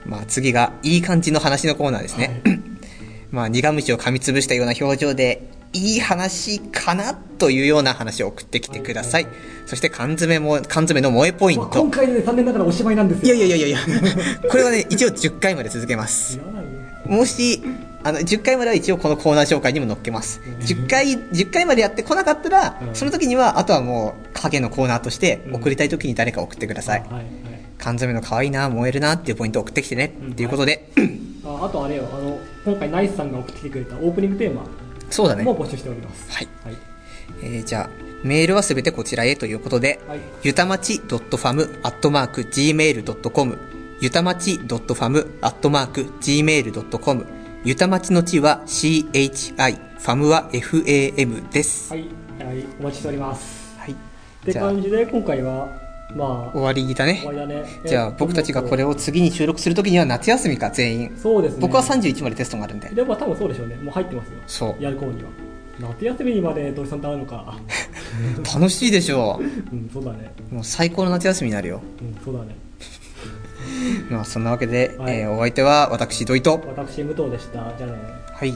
[SPEAKER 2] まあ次が、いい感じの話のコーナーですね。 まあ苦虫を噛みつぶしたような表情で、いい話かなというような話を送ってきてください。
[SPEAKER 1] はい
[SPEAKER 2] そして缶詰も、缶詰の萌えポイン
[SPEAKER 1] まあ今
[SPEAKER 2] ト。
[SPEAKER 1] 回で残念ながらおしまいなんです
[SPEAKER 2] いや
[SPEAKER 1] よ
[SPEAKER 2] いやいやいやいや、 これはね、一応10回まで続けます。
[SPEAKER 1] いらないよ
[SPEAKER 2] もし、あの、10回までは一応このコーナー紹介にも載っけます。10回、10回までやってこなかったら
[SPEAKER 1] う、ん
[SPEAKER 2] その時には、あとはもう、影のコーナーとして、送りたい時に誰か送ってください
[SPEAKER 1] あ。はいはい
[SPEAKER 2] 缶詰の可愛いな燃えるなっていうポイントを送ってきてね、
[SPEAKER 1] うん
[SPEAKER 2] っていうことで、
[SPEAKER 1] ああとあれよあの今回ナイスさんが送ってきてくれたオープニングテーマ
[SPEAKER 2] そうだね
[SPEAKER 1] も募集しております
[SPEAKER 2] はい、
[SPEAKER 1] はい
[SPEAKER 2] えーじゃあメールはすべてこちらへということで、
[SPEAKER 1] はい
[SPEAKER 2] ゆたまち .fam.gmail.com ゆたまち .fam.gmail.com ゆたまちのちは CHI ファムは FAM です、
[SPEAKER 1] はい、はい、お待ちしております
[SPEAKER 2] はい
[SPEAKER 1] って
[SPEAKER 2] じゃあ
[SPEAKER 1] 感じで今回はま
[SPEAKER 2] 終わりだね
[SPEAKER 1] あ終わりだね
[SPEAKER 2] じゃあ僕たちがこれ
[SPEAKER 1] を
[SPEAKER 2] を次に収録するときには夏休みか全員
[SPEAKER 1] そうですね
[SPEAKER 2] 僕は31までテストがあるんで
[SPEAKER 1] でも多分そうでしょうねもう入ってますよ
[SPEAKER 2] そう
[SPEAKER 1] やる頃には夏休みまで土井さんと会うのか
[SPEAKER 2] 楽しいでしょ
[SPEAKER 1] うんそうだね
[SPEAKER 2] うもう最高の夏休みになるよ
[SPEAKER 1] うんそうだね
[SPEAKER 2] まあそんなわけで、
[SPEAKER 1] はい
[SPEAKER 2] えーお相手は私土井と
[SPEAKER 1] 私武藤でしたじゃあね
[SPEAKER 2] はい